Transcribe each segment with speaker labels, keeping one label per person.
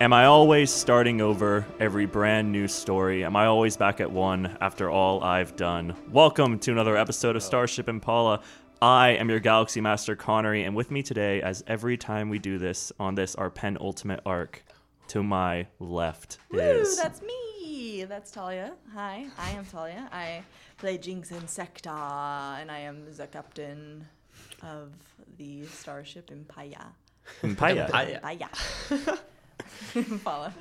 Speaker 1: Am I always starting over every brand new story? Am I always back at one after all I've done? Welcome to another episode of Starship Impala. I am your Galaxy Master Connery, and with me today, as every time we do this on this our penultimate arc, to my left
Speaker 2: Woo,
Speaker 1: is
Speaker 2: that's me. That's Talia. Hi, I am Talia. I play Jinx and Sekta, and I am the captain of the starship Impaya.
Speaker 1: Impaya.
Speaker 3: Impaya.
Speaker 2: Impaya. Impala.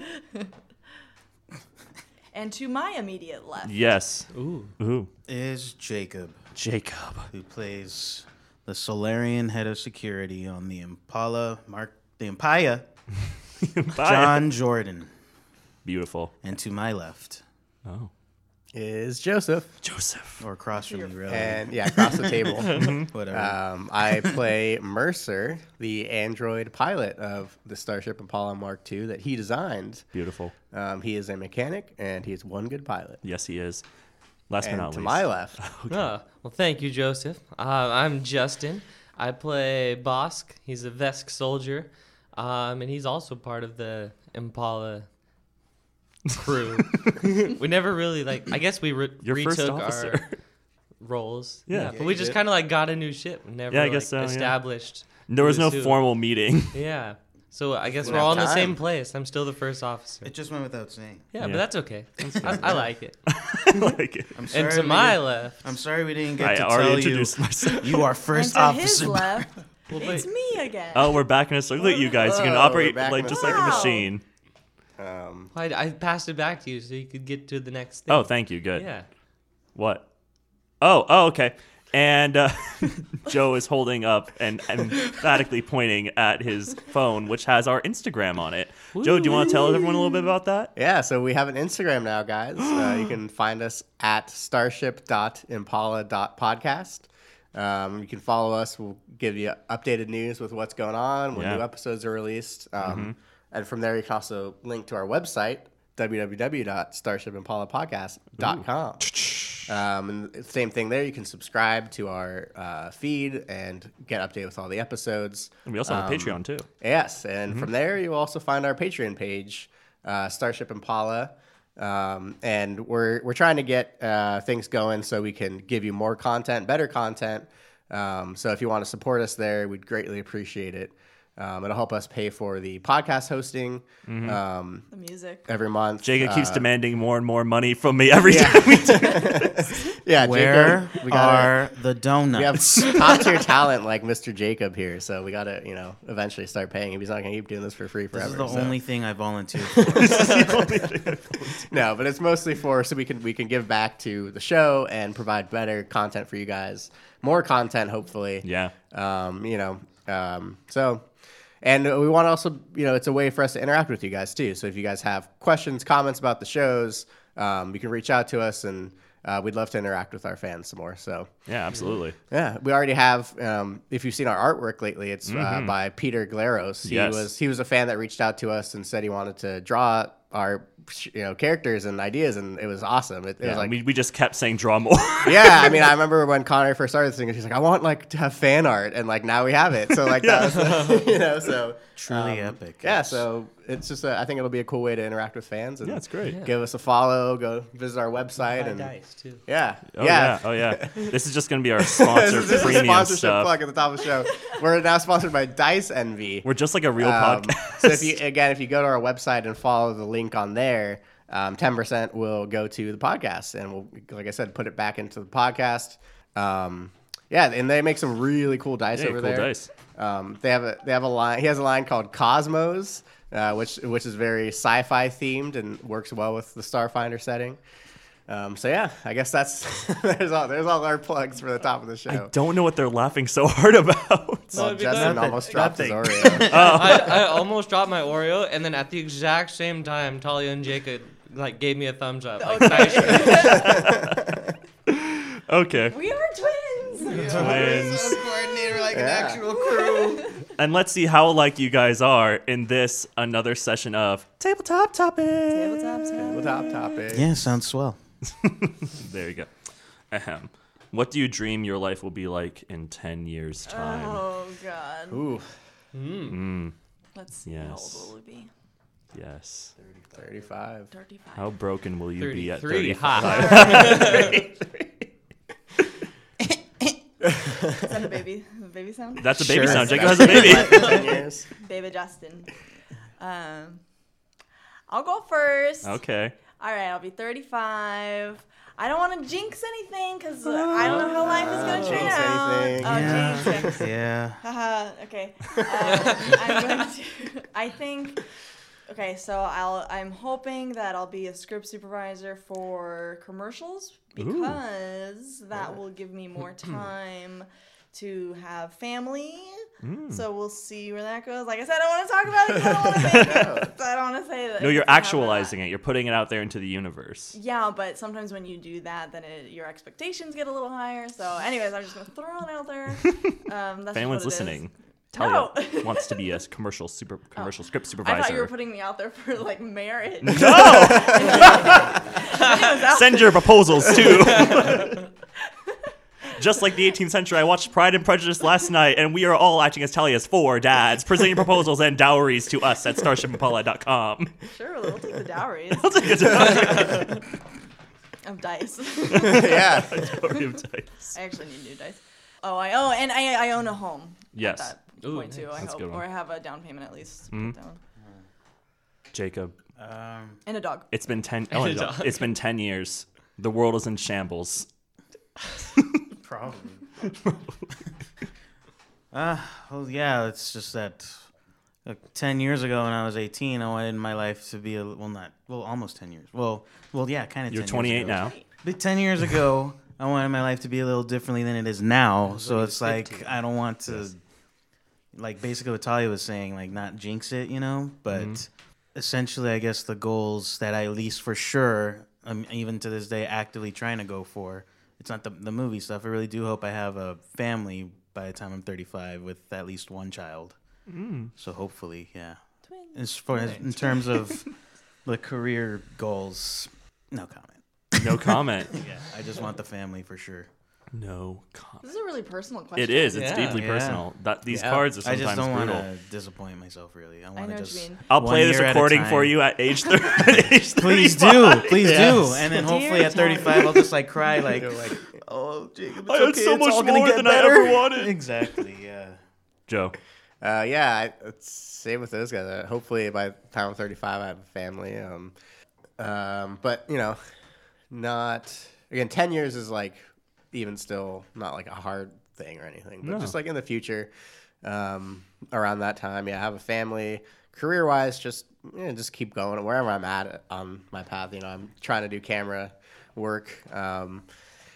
Speaker 2: and to my immediate left,
Speaker 1: Yes.
Speaker 3: Ooh.
Speaker 1: Ooh.
Speaker 4: is Jacob,
Speaker 1: Jacob.
Speaker 4: who plays the Solarian head of security on the Impala Mark the Empire, John Jordan.
Speaker 1: Beautiful.
Speaker 4: And to my left,
Speaker 1: Oh.
Speaker 3: Is Joseph.
Speaker 1: Joseph.
Speaker 4: or across from me, really,
Speaker 3: And yeah, across the table.
Speaker 1: Mm-hmm.
Speaker 4: whatever.
Speaker 3: Um, I play Mercer, the android pilot of the Starship Apollo Mark II that he designed.
Speaker 1: Beautiful.
Speaker 3: Um, he is a mechanic and he is one good pilot.
Speaker 1: Yes, he is. Last
Speaker 3: And
Speaker 1: but not
Speaker 3: to
Speaker 1: least.
Speaker 3: my left,
Speaker 5: Oh, well, thank you, Joseph. Uh, I'm Justin. I play Bosk. He's a Vesk soldier, um, and he's also part of the Impala crew. we never really like. I guess we re-
Speaker 1: Your
Speaker 5: retook
Speaker 1: first officer.
Speaker 5: our roles.
Speaker 1: Yeah.
Speaker 5: but we just kind of like got a new ship. We Never.
Speaker 1: Yeah, I
Speaker 5: like,
Speaker 1: guess so, yeah.
Speaker 5: Established.
Speaker 1: There was
Speaker 5: who's
Speaker 1: no
Speaker 5: who.
Speaker 1: formal meeting.
Speaker 5: Yeah. So I guess
Speaker 3: We
Speaker 5: we're all in
Speaker 3: have
Speaker 5: the same
Speaker 3: time.
Speaker 5: place. I'm still the first officer.
Speaker 4: it just went without saying.
Speaker 5: Yeah,
Speaker 1: Yeah.
Speaker 5: but that's okay. I, I like it.
Speaker 1: like,
Speaker 4: I'm sorry.
Speaker 5: And to
Speaker 4: we
Speaker 5: my
Speaker 4: didn't-
Speaker 5: left,
Speaker 4: I'm sorry we didn't
Speaker 1: I
Speaker 4: get to
Speaker 1: already
Speaker 4: tell
Speaker 1: introduced myself.
Speaker 4: you. You are
Speaker 2: and
Speaker 4: first
Speaker 2: to his
Speaker 4: officer.
Speaker 2: left,
Speaker 5: Well,
Speaker 2: it's
Speaker 5: wait.
Speaker 2: me again.
Speaker 1: Oh, we're back in a circle. Look at you guys. You can
Speaker 3: Whoa,
Speaker 1: operate
Speaker 3: Oh, we're back in
Speaker 1: like
Speaker 3: a
Speaker 1: just like a
Speaker 2: circle.
Speaker 1: machine.
Speaker 3: um,
Speaker 5: I, I passed it back to you so you could get to the next thing.
Speaker 1: Oh, thank you. Good.
Speaker 5: yeah.
Speaker 1: What? Oh, oh, okay. And uh, Joe is holding up and emphatically pointing at his phone, which has our Instagram on it. Joe, do you want to tell everyone a little bit about that?
Speaker 3: Yeah, so we have an Instagram now, guys. uh, you can find us at starship.impala.podcast. Um, you can follow us. We'll give you updated news with what's going on, when
Speaker 1: Yeah.
Speaker 3: new episodes are released. Um, And from there, you can also link to our website, www.starshipimpalapodcast.com. Um, and same thing there. You can subscribe to our uh, feed and get updated with all the episodes.
Speaker 1: And we also
Speaker 3: Um,
Speaker 1: have a Patreon too.
Speaker 3: Yes,
Speaker 4: Mm-hmm.
Speaker 3: and from there you'll also find our Patreon page, uh, Starship Impala, um, and we're we're trying to get uh, things going so we can give you more content, better content. Um, so if you want to support us there, we'd greatly appreciate it. Um, it'll help us pay for the podcast hosting
Speaker 4: Mm-hmm.
Speaker 3: um,
Speaker 2: the music.
Speaker 3: every month.
Speaker 1: Jacob keeps
Speaker 3: Uh,
Speaker 1: demanding more and more money from me every
Speaker 3: Yeah.
Speaker 1: time we do.
Speaker 3: yeah,
Speaker 4: Where
Speaker 3: Jacob, we gotta-
Speaker 4: are the
Speaker 3: we have
Speaker 4: donuts?
Speaker 3: top tier talent like Mr. Jacob here, so we gotta you know eventually start paying him. He's not gonna keep doing this for free forever.
Speaker 4: This is the
Speaker 3: so.
Speaker 4: only thing I volunteered for.
Speaker 3: No, but it's mostly for so we can we can give back to the show and provide better content for you guys, more content hopefully.
Speaker 1: Yeah.
Speaker 3: Um, you know, um, so and we want to also you know it's a way for us to interact with you guys too. So if you guys have questions, comments about the shows, um, you can reach out to us and. Uh, we'd love to interact with our fans some more. So,
Speaker 1: Yeah, absolutely.
Speaker 3: yeah, we already have. Um, if you've seen our artwork lately, it's uh, by Peter Glaros.
Speaker 1: Mm-hmm.
Speaker 3: He
Speaker 1: Yes.
Speaker 3: was he was a fan that reached out to us and said he wanted to draw our you know characters and ideas, and it was awesome. It, it
Speaker 1: Yeah,
Speaker 3: was like.
Speaker 1: we, we just kept saying draw more. Oh,
Speaker 3: yeah, I mean, I remember when Connor first started this thing, he's like, "I want like to have fan art," and like now we have it. So like,
Speaker 1: Yeah.
Speaker 3: that was, you know, so
Speaker 4: Truly epic.
Speaker 3: Um, yeah,
Speaker 4: yes.
Speaker 3: so it's just a, I think it'll be a cool way to interact with fans. And
Speaker 1: Yeah, it's great.
Speaker 3: Give us a follow, go visit our website, and
Speaker 5: dice too.
Speaker 3: yeah,
Speaker 1: Oh, yeah. Oh, yeah. This is just going to be our sponsor
Speaker 3: this is a
Speaker 1: premium
Speaker 3: sponsorship
Speaker 1: stuff.
Speaker 3: plug at the top of the show. We're now sponsored by Dice Envy.
Speaker 1: We're just like a real
Speaker 3: Um,
Speaker 1: podcast.
Speaker 3: so if you again, if you go to our website and follow the link on there, um, 10% will go to the podcast, and we'll, like I said, put it back into the podcast. Um, yeah, and they make some really cool dice
Speaker 1: Yeah,
Speaker 3: over
Speaker 1: cool
Speaker 3: there.
Speaker 1: dice.
Speaker 3: Um, they have a they have a line. He has a line called Cosmos, uh, which which is very sci-fi themed and works well with the Starfinder setting. Um, so yeah, I guess that's there's all there's all our plugs for the top of the show.
Speaker 1: I don't know what they're laughing so hard about.
Speaker 3: Well,
Speaker 5: it'd be
Speaker 3: Justin
Speaker 5: nothing.
Speaker 3: almost dropped his
Speaker 4: Nothing.
Speaker 3: Oreo.
Speaker 5: I, I almost dropped my Oreo, and then at the exact same time, Talia and Jacob like gave me a thumbs up. Like, nice try.
Speaker 1: okay.
Speaker 2: We are twins.
Speaker 1: Twins.
Speaker 4: coordinator like
Speaker 3: Yeah.
Speaker 4: crew.
Speaker 1: And let's see how alike you guys are in this another session of Tabletop Topic.
Speaker 2: Tabletop time.
Speaker 3: Well, top topic.
Speaker 4: Yeah, sounds swell.
Speaker 1: There you go. Ahem. What do you dream your life will be like in 10 years' time?
Speaker 2: Oh God.
Speaker 3: Ooh.
Speaker 2: Let's see how
Speaker 1: Yes.
Speaker 2: old will we be?
Speaker 1: Yes.
Speaker 3: 35.
Speaker 2: 35.
Speaker 1: How broken will you be at
Speaker 5: 33.
Speaker 1: 35?
Speaker 5: Ha.
Speaker 2: Is that a baby, a baby sound?
Speaker 1: That's a baby
Speaker 4: Sure.
Speaker 1: sound. Jacob has a baby.
Speaker 3: 10 years.
Speaker 2: baby Justin. Um, I'll go first.
Speaker 1: okay.
Speaker 2: All right, I'll be 35. I don't want to jinx anything because I don't know how life is going to turn
Speaker 3: Uh, Jinx
Speaker 2: out.
Speaker 3: anything.
Speaker 2: Oh,
Speaker 4: yeah.
Speaker 2: jinx. jinx.
Speaker 4: yeah.
Speaker 2: Haha, okay. Um, I'm going to, I think. Okay, so I'll. I'm hoping that I'll be a script supervisor for commercials because that will give me more time to have family.
Speaker 1: Mm.
Speaker 2: So we'll see where that goes. Like I said, I don't want to talk about it. 'cause I don't want to make it. So I don't want to say that.
Speaker 1: No, you're actualizing it. You're putting it out there into the universe.
Speaker 2: Yeah, but sometimes when you do that, then it, your expectations get a little higher. So, anyways, I'm just gonna throw it out there. Um, that's
Speaker 1: If anyone's
Speaker 2: just what it is.
Speaker 1: listening,
Speaker 2: No.
Speaker 1: Talia wants to be a commercial super commercial script
Speaker 2: Oh, I thought you
Speaker 1: supervisor.
Speaker 2: were putting me out there for like marriage.
Speaker 1: no,
Speaker 2: Anyways, out-
Speaker 1: send your proposals too. Just like the 18th century, I watched Pride and Prejudice last night, and we are all acting as Talia's four dads, presenting proposals and dowries to us at starshipapollo.com.
Speaker 2: sure, we'll take the dowries
Speaker 1: I'll take a dowry.
Speaker 2: of dice.
Speaker 3: yeah.
Speaker 1: Dowry of dice.
Speaker 2: I actually need new dice. Oh, I oh, and I I own a home.
Speaker 1: Yes.
Speaker 2: At that
Speaker 5: Ooh,
Speaker 2: point too,
Speaker 5: nice.
Speaker 2: I
Speaker 1: That's a
Speaker 2: hope,
Speaker 1: good one. Mm-hmm.
Speaker 2: or I have a down payment at least, to put down.
Speaker 1: Jacob,
Speaker 4: Um,
Speaker 2: and a dog.
Speaker 1: it's been ten. Oh,
Speaker 5: And a
Speaker 1: no,
Speaker 5: dog.
Speaker 1: it's been ten years. The world is in shambles.
Speaker 4: probably. uh, well, yeah, it's just that uh, 10 years ago when I was 18, I wanted my life to be a well, not well, almost 10 years. Well, well, yeah, kind of
Speaker 1: You're 28 now.
Speaker 4: But 10 years ago, I wanted my life to be a little differently than it is now. So it's like, I don't want to, like, basically what Talia was saying, like, not jinx it, you know? But essentially, I guess the goals that I, at least for sure, I'm even to this day actively trying to go for, it's not the, the movie stuff. I really do hope I have a family by the time I'm 35 with at least one child. So hopefully, yeah. As far as in terms of the career goals, no comment.
Speaker 1: No comment.
Speaker 4: Yeah, I just want the family for sure.
Speaker 1: No comment.
Speaker 2: This is a really personal question.
Speaker 1: It is. It's
Speaker 5: Yeah.
Speaker 1: deeply
Speaker 4: Yeah.
Speaker 1: personal. That these
Speaker 3: Yeah.
Speaker 1: cards are
Speaker 4: I
Speaker 1: sometimes
Speaker 4: just don't want
Speaker 1: brutal.
Speaker 4: to disappoint myself. Really, I want
Speaker 2: know what
Speaker 4: to
Speaker 2: you
Speaker 4: just.
Speaker 2: mean.
Speaker 1: I'll
Speaker 4: one
Speaker 1: play this
Speaker 4: year at a
Speaker 1: recording for
Speaker 4: time.
Speaker 1: you at age thirty. at age
Speaker 4: Please
Speaker 1: 35.
Speaker 4: do, please do, and then hopefully
Speaker 2: Dear
Speaker 4: at
Speaker 2: Tom.
Speaker 4: 35 I'll just like cry like,
Speaker 3: You're like,
Speaker 4: oh Jacob, it's
Speaker 1: I had
Speaker 4: okay,
Speaker 1: so
Speaker 4: it's
Speaker 1: much
Speaker 4: all gonna
Speaker 1: more
Speaker 4: get
Speaker 1: than I
Speaker 4: better.
Speaker 1: ever wanted.
Speaker 4: Exactly, yeah.
Speaker 1: Joe.
Speaker 3: Uh, yeah, I, it's same with those guys. Uh, hopefully, by the time I'm 35, I have a family. Um, um, but you know, not again. 10 years is like even still not like a hard thing or anything, but
Speaker 1: No.
Speaker 3: just like in the future, um, around that time, yeah, have a family. Career wise, just you know, just keep going wherever I'm at on my path. You know, I'm trying to do camera work. Um,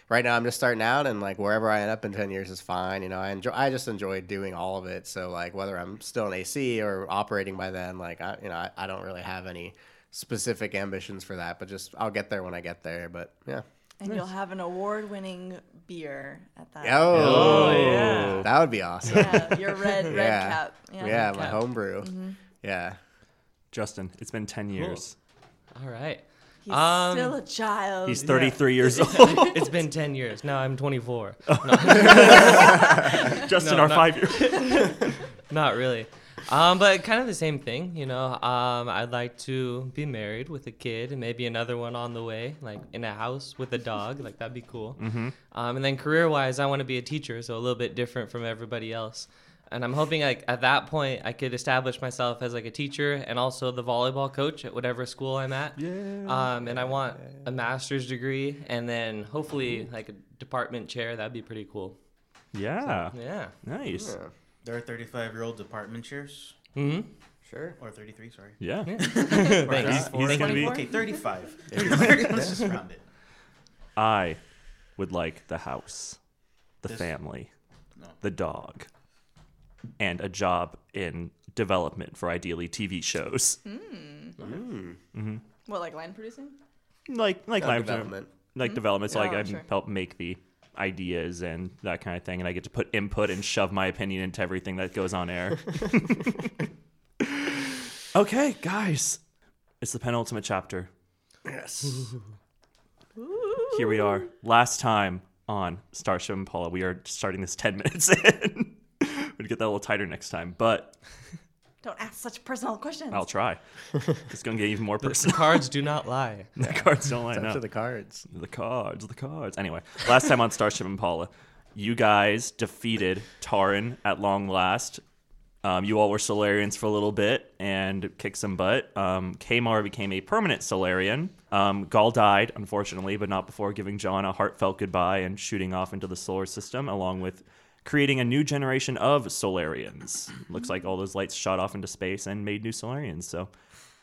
Speaker 3: right now I'm just starting out and like wherever I end up in 10 years is fine. You know, I enjoy, I just enjoy doing all of it. So like whether I'm still in AC or operating by then, like I, you know, I, I don't really have any specific ambitions for that, but just I'll get there when I get there. But yeah.
Speaker 2: And you'll have an award-winning beer at that.
Speaker 3: Oh,
Speaker 1: yeah.
Speaker 3: that would be awesome. Yeah.
Speaker 2: Yeah, your red red
Speaker 3: Yeah.
Speaker 2: cap.
Speaker 3: my homebrew. Yeah.
Speaker 1: Justin, it's been ten years.
Speaker 5: All right.
Speaker 2: He's
Speaker 5: Um,
Speaker 2: still a child.
Speaker 1: He's thirty-three years old.
Speaker 5: It's been 10 years. Now I'm 24.
Speaker 1: Justin,
Speaker 5: No,
Speaker 1: our
Speaker 5: no.
Speaker 1: five-year.
Speaker 5: Not really. Um, but kind of the same thing, you know. Um, I'd like to be married with a kid and maybe another one on the way, like in a house with a dog. Like that'd be cool. Mm-hmm. Um, and then career wise, I want to be a teacher, so a little bit different from everybody else. And I'm hoping like at that point I could establish myself as like a teacher and also the volleyball coach at whatever school I'm at. Yeah. Um, and I want a master's degree and then hopefully like a department chair. That'd be pretty cool.
Speaker 1: Yeah.
Speaker 5: Yeah.
Speaker 1: Nice.
Speaker 4: There are 35 year old department chairs,
Speaker 5: hmm
Speaker 1: Mm-hmm.
Speaker 3: Sure.
Speaker 4: or 33, sorry.
Speaker 1: Yeah.
Speaker 4: Or
Speaker 1: He's-
Speaker 4: 34.
Speaker 1: he's gonna be-
Speaker 4: okay, 35. 35. Let's just round it.
Speaker 1: I would like the house, the
Speaker 4: This-
Speaker 1: family,
Speaker 4: No.
Speaker 1: the dog, and a job in development for ideally TV shows,
Speaker 2: What, like line producing?
Speaker 1: like like
Speaker 3: Like
Speaker 1: live
Speaker 3: development.
Speaker 1: like development. So like
Speaker 2: Oh,
Speaker 1: I
Speaker 2: sure.
Speaker 1: help make the ideas and that kind of thing, and I get to put input and shove my opinion into everything that goes on air. okay, guys, it's the penultimate chapter.
Speaker 3: Yes.
Speaker 1: Here we are, last time on Starship and Paula. We are starting this ten minutes in. We'd get that a little tighter next time, but
Speaker 2: Don't ask such personal questions.
Speaker 1: I'll try. It's gonna get even more
Speaker 5: The, the
Speaker 1: personal.
Speaker 5: cards do not lie.
Speaker 1: the cards don't line
Speaker 3: Up
Speaker 1: up.
Speaker 3: to the cards.
Speaker 1: The cards, the cards. Anyway, last time on Starship Impala, you guys defeated Taran at long last. Um, you all were Solarians for a little bit and kicked some butt. Um, Kamar became a permanent Solarian. Um, Gaul died, unfortunately, but not before giving John a heartfelt goodbye and shooting off into the solar system, along with creating a new generation of Solarians. Looks like all those lights shot off into space and made new Solarians. So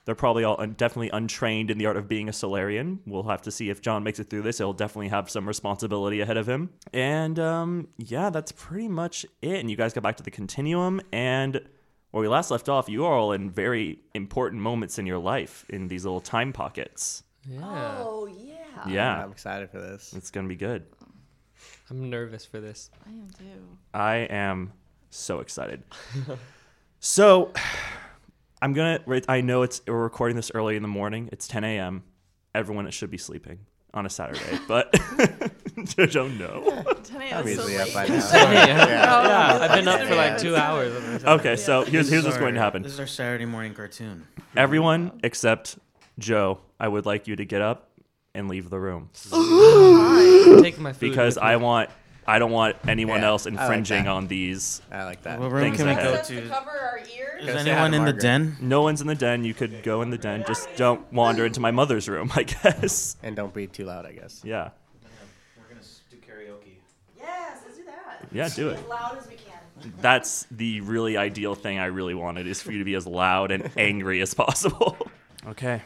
Speaker 1: they're probably all un- definitely untrained in the art of being a Solarian. We'll have to see if John makes it through this. He'll definitely have some responsibility ahead of him. And um, yeah, that's pretty much it. And you guys go back to the continuum. And where we last left off, you are all in very important moments in your life in these little time pockets.
Speaker 5: Yeah.
Speaker 2: Oh yeah.
Speaker 1: yeah,
Speaker 3: I'm excited for this.
Speaker 1: it's going to be good.
Speaker 5: I'm nervous for this.
Speaker 2: I am too.
Speaker 1: I am so excited. so I'm gonna. right, I know it's we're recording this early in the morning. It's 10 a.m. Everyone should be sleeping on a Saturday, but I don't know.
Speaker 2: Today
Speaker 3: I'm
Speaker 2: was so
Speaker 3: usually up
Speaker 2: late.
Speaker 3: by now.
Speaker 5: yeah.
Speaker 2: Oh,
Speaker 5: I've been up
Speaker 2: yeah.
Speaker 5: for like two hours. I'm excited.
Speaker 1: Okay, so here's here's what's going to happen.
Speaker 4: This is our Saturday morning cartoon.
Speaker 1: Everyone except Joe, I would like you to get up and leave the room
Speaker 5: Take my food
Speaker 1: because
Speaker 5: with
Speaker 1: I
Speaker 5: me.
Speaker 1: want. I don't want anyone
Speaker 3: Yeah,
Speaker 1: else
Speaker 3: I like
Speaker 1: infringing
Speaker 3: that.
Speaker 1: on these.
Speaker 3: I like that.
Speaker 4: What room
Speaker 1: Things
Speaker 4: can we
Speaker 1: like
Speaker 4: go
Speaker 1: that.
Speaker 2: to
Speaker 4: to?
Speaker 2: cover our ears.
Speaker 4: Is
Speaker 3: Go say hi
Speaker 4: anyone
Speaker 3: to
Speaker 4: in the
Speaker 3: Margaret.
Speaker 4: den?
Speaker 1: No one's in the den. You could go in the den. Just don't wander into my mother's room, I guess.
Speaker 3: And don't be too loud, I guess.
Speaker 1: Yeah.
Speaker 4: We're gonna do karaoke.
Speaker 2: Yes, let's do that.
Speaker 1: Yeah, do it.
Speaker 2: As loud as we can.
Speaker 1: That's the really ideal thing I really wanted is for you to be as loud and angry as possible. okay.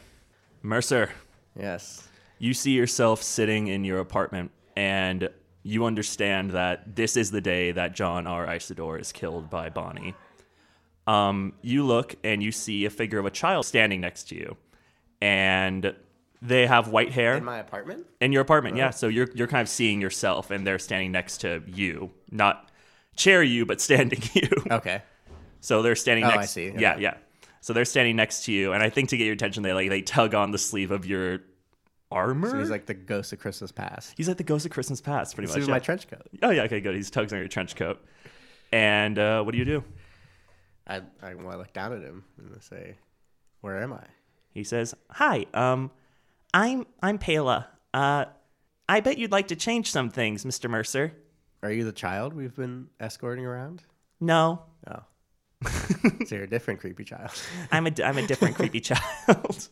Speaker 1: Mercer,
Speaker 3: Yes.
Speaker 1: you see yourself sitting in your apartment and you understand that this is the day that John R. Isidore is killed by Bonnie. Um, you look and you see a figure of a child standing next to you. And they have white hair.
Speaker 3: In my apartment?
Speaker 1: In your apartment, yeah. So you're you're kind of seeing yourself, and they're standing next to you, not chair you, but standing you.
Speaker 3: Okay.
Speaker 1: So they're standing
Speaker 3: Oh, I
Speaker 1: next.
Speaker 3: see.
Speaker 1: Yeah,
Speaker 3: Okay.
Speaker 1: yeah. So they're standing next to you, and I think to get your attention, they like they tug on the sleeve of your armor.
Speaker 3: So he's like the ghost of Christmas past.
Speaker 1: he's like the ghost of Christmas past, pretty
Speaker 3: This
Speaker 1: much.
Speaker 3: is
Speaker 1: yeah.
Speaker 3: my trench coat.
Speaker 1: oh yeah, okay, good. He's tugs on your trench coat, and uh, what do you do?
Speaker 3: I, I want to look down at him and I say, Where am I?
Speaker 1: He says, "Hi, um, I'm I'm Pela. Uh, I bet you'd like to change some things, Mister Mercer.
Speaker 3: Are you the child we've been escorting around?
Speaker 1: No,
Speaker 3: Oh. so you're a different creepy child.
Speaker 1: I'm a, I'm a different creepy child.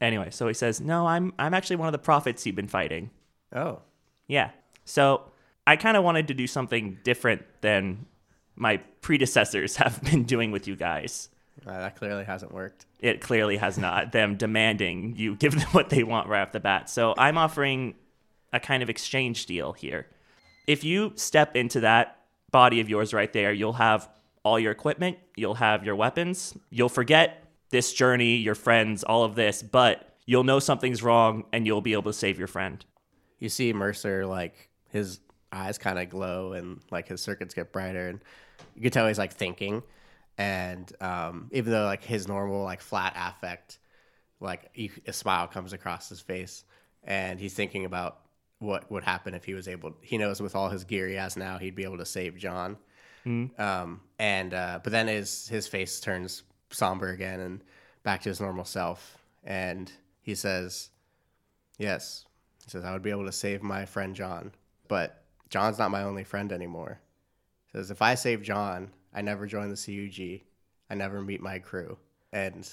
Speaker 1: anyway, so he says, No, I'm, I'm actually one of the prophets you've been fighting.
Speaker 3: Oh.
Speaker 1: Yeah. So I kind of wanted to do something different than my predecessors have been doing with you guys.
Speaker 3: Uh, that clearly hasn't worked.
Speaker 1: It clearly has not, them demanding you give them what they want right off the bat. So I'm offering a kind of exchange deal here. If you step into that body of yours right there, you'll have all your equipment, you'll have your weapons, you'll forget this journey, your friends, all of this, but you'll know something's wrong and you'll be able to save your friend.
Speaker 3: You see Mercer, like, his eyes kind of glow and, like, his circuits get brighter. And you can tell he's, like, thinking. And um, even though, like, his normal, like, flat affect, like, you, a smile comes across his face. And he's thinking about what would happen if he was able, he knows with all his gear he has now, he'd be able to save John. Um, and uh, but then his his face turns somber again and back to his normal self. And he says, "Yes," he says, "I would be able to save my friend John, but John's not my only friend anymore." He says, "If I save John, I never join the CUG, I never meet my crew, and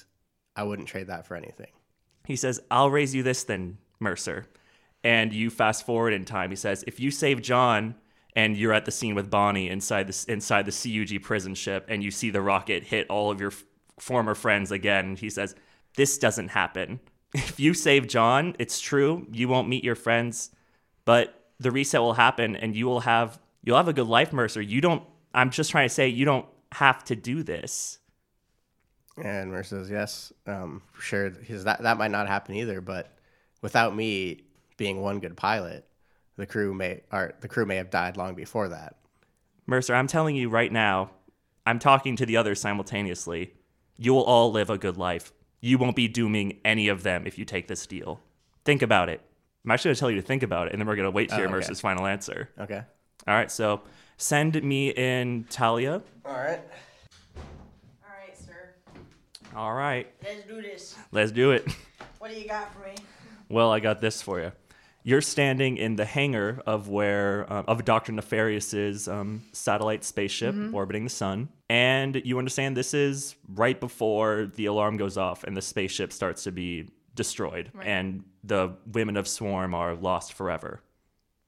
Speaker 3: I wouldn't trade that for anything."
Speaker 1: He says, I'll raise you this then, Mercer. And you fast forward in time. He says, if you save John and you're at the scene with Bonnie inside the, inside the CUG prison ship and you see the rocket hit all of your f- former friends again, he says, this doesn't happen. If you save John, it's true, you won't meet your friends, but the reset will happen and you will have you'll have a good life, Mercer. You don't I'm just trying to say you don't have to do this.
Speaker 3: And Mercer says, "Yes, um, sure. Because that that might not happen either. But without me being one good pilot, the crew may or the crew may have died long before that.
Speaker 1: Mercer, I'm telling you right now, I'm talking to the others simultaneously. You will all live a good life. You won't be dooming any of them if you take this deal. Think about it. I'm actually going to tell you to think about it, and then we're going to wait to hear
Speaker 3: okay.
Speaker 1: Mercer's final answer.
Speaker 3: Okay.
Speaker 1: All right, so send me in Talia.
Speaker 3: All right.
Speaker 2: All right, sir.
Speaker 1: All right,
Speaker 2: Let's do this.
Speaker 1: let's do it.
Speaker 2: What do you got for me?
Speaker 1: Well, I got this for you. You're standing in the hangar of where uh, of Doctor Nefarious's um, satellite spaceship orbiting the sun, and you understand this is right before the alarm goes off and the spaceship starts to be destroyed, and the women of Swarm are lost forever.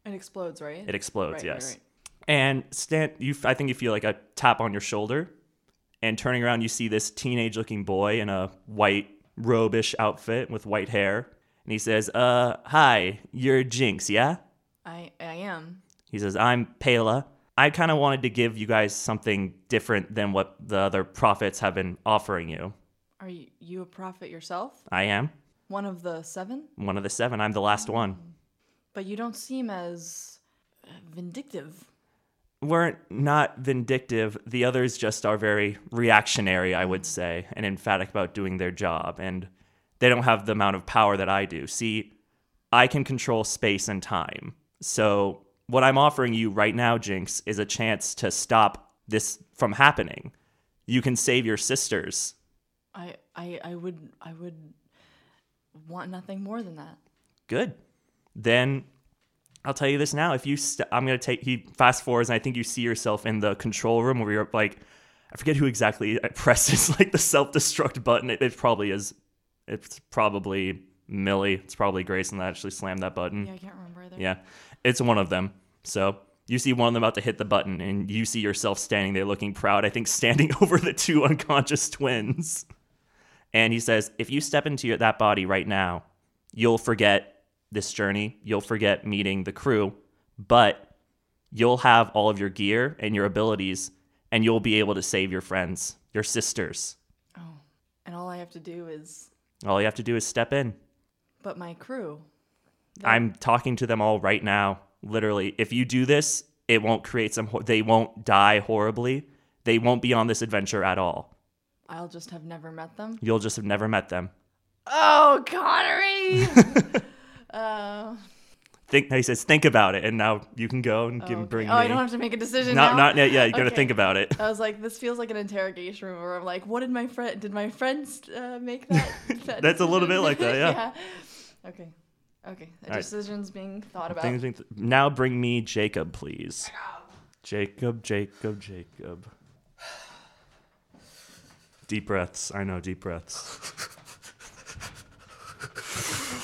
Speaker 2: It explodes, right?
Speaker 1: It explodes,
Speaker 2: Right, right,
Speaker 1: yes.
Speaker 2: right.
Speaker 1: And Stan, you, I think you feel like a tap on your shoulder, and turning around, you see this teenage-looking boy in a white robish outfit with white hair, and he says, "Uh, hi, you're Jinx, yeah?"
Speaker 2: I I am.
Speaker 1: He says, "I'm Pela. I kind of wanted to give you guys something different than what the other prophets have been offering you.
Speaker 2: Are you, you a prophet yourself?
Speaker 1: I am
Speaker 2: One of the seven?
Speaker 1: one of the seven. I'm the last one."
Speaker 2: But you don't seem as uh, vindictive.
Speaker 1: weren't not vindictive. The others just are very reactionary, I would say, and emphatic about doing their job. And they don't have the amount of power that I do. See, I can control space and time. So, what I'm offering you right now, Jinx, is a chance to stop this from happening. You can save your sisters.
Speaker 2: I I I would I would want nothing more than that.
Speaker 1: Good. Then I'll tell you this now. If you, st- I'm gonna take. He fast forwards, and I think you see yourself in the control room where you're like, I forget who exactly presses like the self destruct button. It, it probably is. It's probably Millie. It's probably Grayson that actually slammed that button.
Speaker 2: Yeah, I can't remember either.
Speaker 1: Hmm. Yeah, it's one of them. So you see one of them about to hit the button, and you see yourself standing there looking proud, I think standing over the two unconscious twins. And he says, If you step into your, that body right now, you'll forget this journey, you'll forget meeting the crew, but you'll have all of your gear and your abilities, and you'll be able to save your friends, your sisters.
Speaker 2: Oh, and all I have to do is
Speaker 1: All you have to do is step in.
Speaker 2: but my crew.
Speaker 1: I'm talking to them all right now. Literally, if you do this, it won't create some. Hor- they won't die horribly. They won't be on this adventure at all.
Speaker 2: I'll just have never met them.
Speaker 1: You'll just have never met them.
Speaker 2: Oh, Connery. uh,
Speaker 1: Think he says, think about it, and now you can go and give
Speaker 2: okay.
Speaker 1: bring
Speaker 2: oh,
Speaker 1: me.
Speaker 2: I don't have to make a decision
Speaker 1: not
Speaker 2: now.
Speaker 1: not yet. Yeah, you gotta
Speaker 2: Okay.
Speaker 1: think about it.
Speaker 2: I was like, this feels like an interrogation room where I'm like, what did my friend? Did my friends uh, make that? that
Speaker 1: That's a little
Speaker 2: decision?
Speaker 1: bit like that, yeah.
Speaker 2: yeah. Okay. Okay. A
Speaker 1: right.
Speaker 2: decision's being thought about.
Speaker 1: Things being th- now bring me Jacob, please. Jacob, Jacob, Jacob. Deep breaths. I know, deep breaths.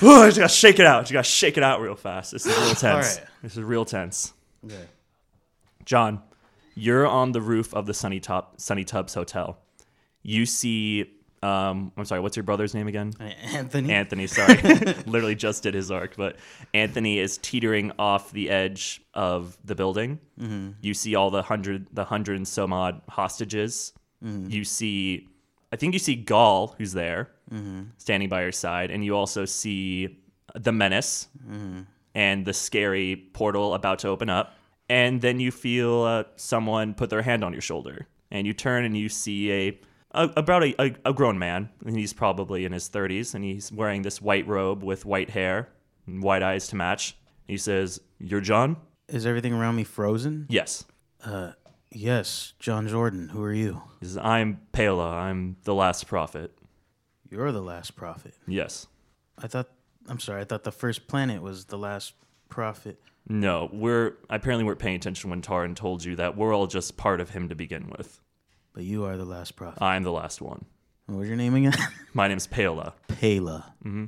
Speaker 1: Ooh, I just gotta shake it out. Just gotta shake it out real fast. This is real tense.
Speaker 4: right.
Speaker 1: This is real tense.
Speaker 4: Okay.
Speaker 1: John, you're on the roof of the Sunny Top Sunny Tubbs Hotel. You see, um, I'm sorry. What's your brother's name again?
Speaker 4: Anthony.
Speaker 1: Anthony, sorry. Literally just did his arc, but Anthony is teetering off the edge of the building. You see all the hundred, the hundred and some odd hostages. You see, I think you see Gaul, who's there, standing by your side, and you also see the menace and the scary portal about to open up. And then you feel uh, someone put their hand on your shoulder, and you turn and you see a, a about a, a, a grown man, and he's probably in his 30s, and he's wearing this white robe with white hair and white eyes to match. He says, "You're John."
Speaker 4: Is everything around me frozen?
Speaker 1: Yes.
Speaker 4: Yes, John Jordan. Who are you?
Speaker 1: He says, "I'm Pela. I'm the last prophet."
Speaker 4: You're the last prophet.
Speaker 1: Yes.
Speaker 4: I thought. I'm sorry. I thought the first planet was the last prophet.
Speaker 1: No, we're apparently weren't paying attention when Taran told you that we're all just part of him to begin with.
Speaker 4: But you are the last prophet.
Speaker 1: I'm the last one.
Speaker 4: What was your name again?
Speaker 1: My name's Pela.
Speaker 4: Pela. Mm-hmm.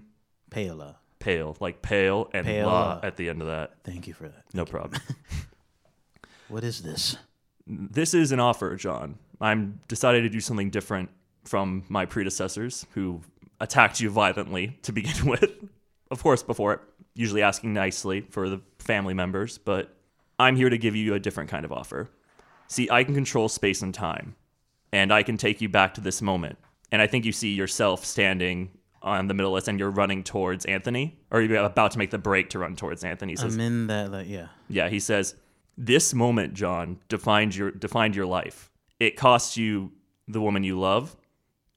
Speaker 4: Pela.
Speaker 1: Pale, like pale and
Speaker 4: Pale.
Speaker 1: la at the end of that.
Speaker 4: Thank you for that.
Speaker 1: No problem.
Speaker 4: What is this?
Speaker 1: this is an offer, John. I'm decided to do something different from my predecessors who attacked you violently to begin with. Of course, before usually asking nicely for the family members, but I'm here to give you a different kind of offer. See, I can control space and time, and I can take you back to this moment. And I think you see yourself standing on the middle list and you're running towards Anthony, or you're about to make the break to run towards Anthony. He says,
Speaker 4: I'm in that. Like, yeah.
Speaker 1: yeah, he says, "This moment, John, defined your defined your life. It cost you the woman you love.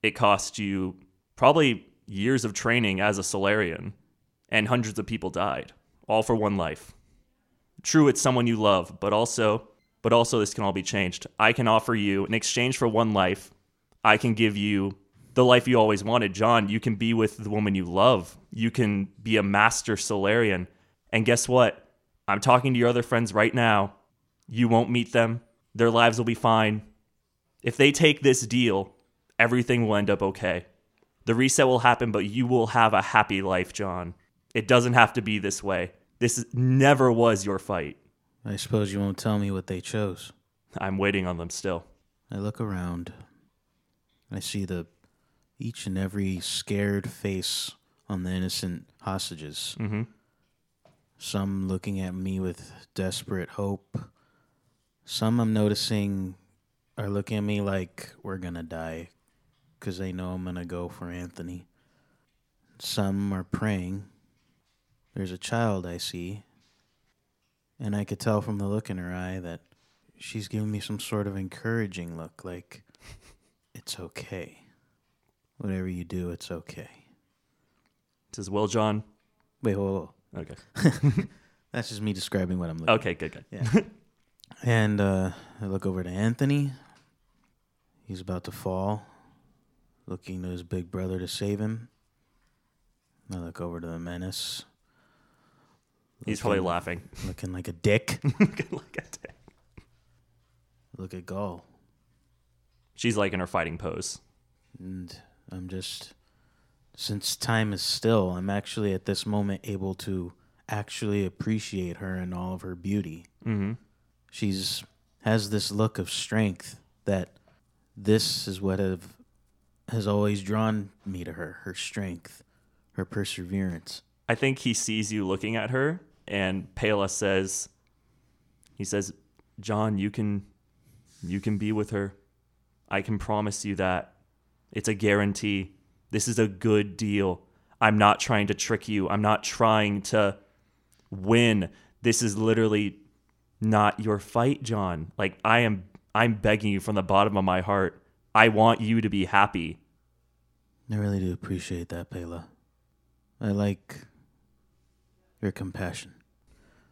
Speaker 1: It cost you probably years of training as a Solarian, and hundreds of people died, all for one life. True, it's someone you love, but also, but also, this can all be changed. I can offer you, in exchange for one life, I can give you the life you always wanted, John. You can be with the woman you love. You can be a master Solarian. And guess what? I'm talking to your other friends right now. You won't meet them. Their lives will be fine. If they take this deal, everything will end up okay. The reset will happen, but you will have a happy life, John. It doesn't have to be this way. This is, never was your fight.
Speaker 4: I suppose you won't tell me what they chose.
Speaker 1: I'm waiting on them still.
Speaker 4: I look around. I see the each and every scared face on the innocent hostages.
Speaker 1: Mhm.
Speaker 4: Some looking at me with desperate hope. Some I'm noticing are looking at me like we're gonna die because they know I'm gonna go for Anthony. Some are praying. There's a child I see, and I could tell from the look in her eye that she's giving me some sort of encouraging look like it's okay. Whatever you do, it's okay.
Speaker 1: Says, Well, John.
Speaker 4: Wait, whoa, whoa.
Speaker 1: Okay.
Speaker 4: That's just me describing what I'm looking
Speaker 1: Okay, good, good.
Speaker 4: And uh, I look over to Anthony. He's about to fall, looking to his big brother to save him. I look over to the menace,
Speaker 1: He's probably laughing.
Speaker 4: looking like a dick.
Speaker 1: Good luck at that.
Speaker 4: look at Gaul.
Speaker 1: She's like in her fighting pose.
Speaker 4: And I'm just, since time is still, I'm actually at this moment able to actually appreciate her and all of her beauty.
Speaker 1: Mm-hmm.
Speaker 4: She's has this look of strength that this is what have has always drawn me to her. Her strength, her perseverance.
Speaker 1: I think he sees you looking at her, and Pela says, "He says, John, you can, you can be with her. I can promise you that. It's a guarantee. This is a good deal. I'm not trying to trick you. I'm not trying to win. This is literally not your fight, John. Like I am, I'm begging you from the bottom of my heart. I want you to be happy.
Speaker 4: I really do appreciate that, Pela. I like your compassion.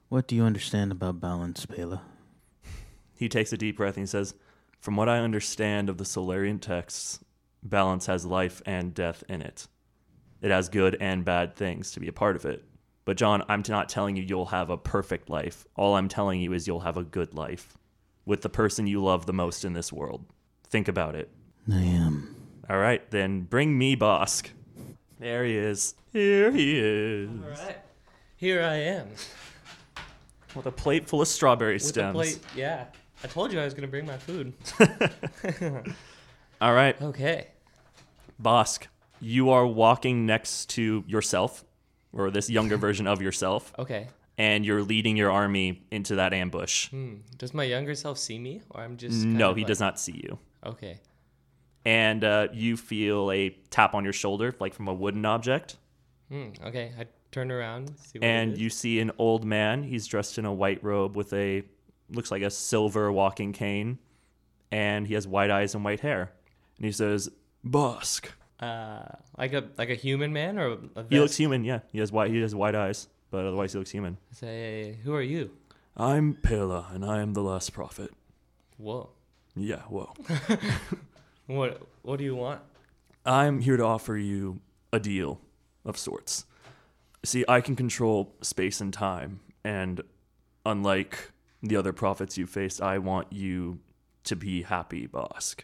Speaker 4: What do you understand about balance, Pela?
Speaker 1: He takes a deep breath and he says, From what I understand of the Solarian texts, balance has life and death in it. It has good and bad things to be a part of it. But, John, I'm not telling you you'll have a perfect life. All I'm telling you is you'll have a good life with the person you love the most in this world. Think about it.
Speaker 4: I am.
Speaker 1: All right, then bring me Bosk. There he is. Here he is.
Speaker 5: All right. Here I am.
Speaker 1: With a plate full of strawberry
Speaker 5: With
Speaker 1: stems.
Speaker 5: a plate. Yeah. I told you I was going to bring my food.
Speaker 1: All right.
Speaker 5: Okay.
Speaker 1: Bosk, you are walking next to yourself, or this younger version of yourself,
Speaker 5: Okay.
Speaker 1: and you're leading your army into that ambush.
Speaker 5: Hmm. Does my younger self see me? Or I'm just. kind
Speaker 1: No,
Speaker 5: of
Speaker 1: he
Speaker 5: like-
Speaker 1: does not see you.
Speaker 5: Okay.
Speaker 1: And uh, you feel a tap on your shoulder, like from a wooden object,
Speaker 5: Hmm. Okay. I turn around. See what it
Speaker 1: and
Speaker 5: is.
Speaker 1: you see an old man. He's dressed in a white robe with a, looks like a silver walking cane, and he has white eyes and white hair. And he says, Bosk.
Speaker 5: Uh, like a like a human man or a
Speaker 1: He
Speaker 5: vest?
Speaker 1: looks human, yeah. He has white, he has white eyes, but otherwise he looks human.
Speaker 5: Say, who are you?
Speaker 1: I'm Pela, and I am the last prophet.
Speaker 5: Whoa.
Speaker 1: Yeah, well,
Speaker 5: What What do you want?
Speaker 1: I'm here to offer you a deal of sorts. See, I can control space and time, and unlike the other prophets you faced, I want you to be happy, Bosk.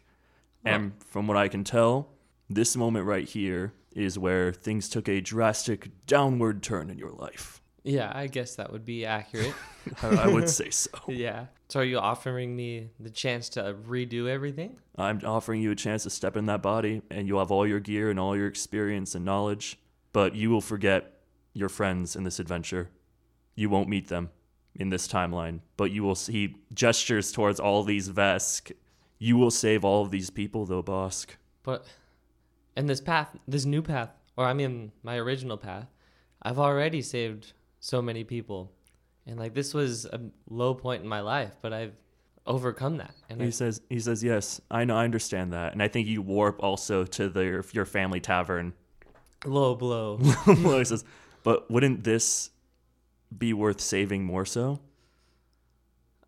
Speaker 1: And from what I can tell, this moment right here is where things took a drastic downward turn in your life.
Speaker 5: Yeah, I guess that would be accurate.
Speaker 1: I, I would say so.
Speaker 5: yeah. So are you offering me the chance to redo everything?
Speaker 1: I'm offering you a chance to step in that body, and you'll have all your gear and all your experience and knowledge, but you will forget your friends in this adventure. You won't meet them in this timeline, but you will see gestures towards all these Vesk. You will save all of these people, though, Bosk.
Speaker 5: But in this path, this new path, or I mean my original path, I've already saved so many people. And like this was a low point in my life, but I've overcome that. And I,
Speaker 1: He says, he says, yes, I know, I understand that, and I think you warp also to the, your family tavern
Speaker 5: low blow.
Speaker 1: Lois says, but wouldn't this be worth saving more so?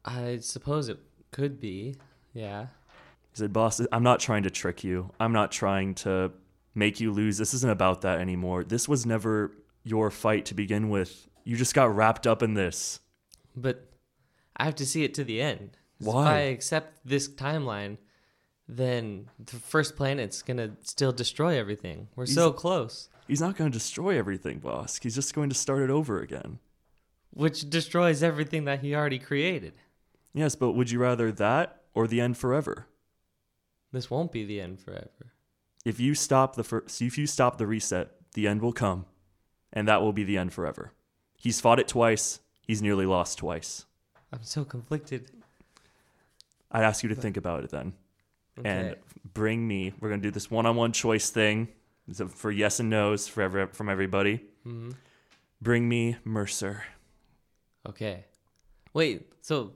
Speaker 5: I suppose it could be. Yeah.
Speaker 1: He said, Boss, I'm not trying to trick you. I'm not trying to make you lose. This isn't about that anymore. This was never your fight to begin with. You just got wrapped up in this.
Speaker 5: But I have to see it to the end. So
Speaker 1: Why?
Speaker 5: If I accept this timeline, then the first planet's gonna still destroy everything. We're so close,
Speaker 1: He's not going to destroy everything, Bosk. He's just going to start it over again.
Speaker 5: which destroys everything that he already created.
Speaker 1: Yes, but would you rather that or the end forever?
Speaker 5: This won't be the end forever.
Speaker 1: If you stop the first, if you stop the reset, the end will come, and that will be the end forever. He's fought it twice. He's nearly lost twice.
Speaker 5: I'm so conflicted.
Speaker 1: I'd ask you to think about it then, and
Speaker 5: Okay.
Speaker 1: bring me. We're gonna do this one-on-one choice thing It's a- for yes and nos for every, from everybody.
Speaker 5: Mm-hmm.
Speaker 1: Bring me Mercer.
Speaker 5: Okay. Wait. So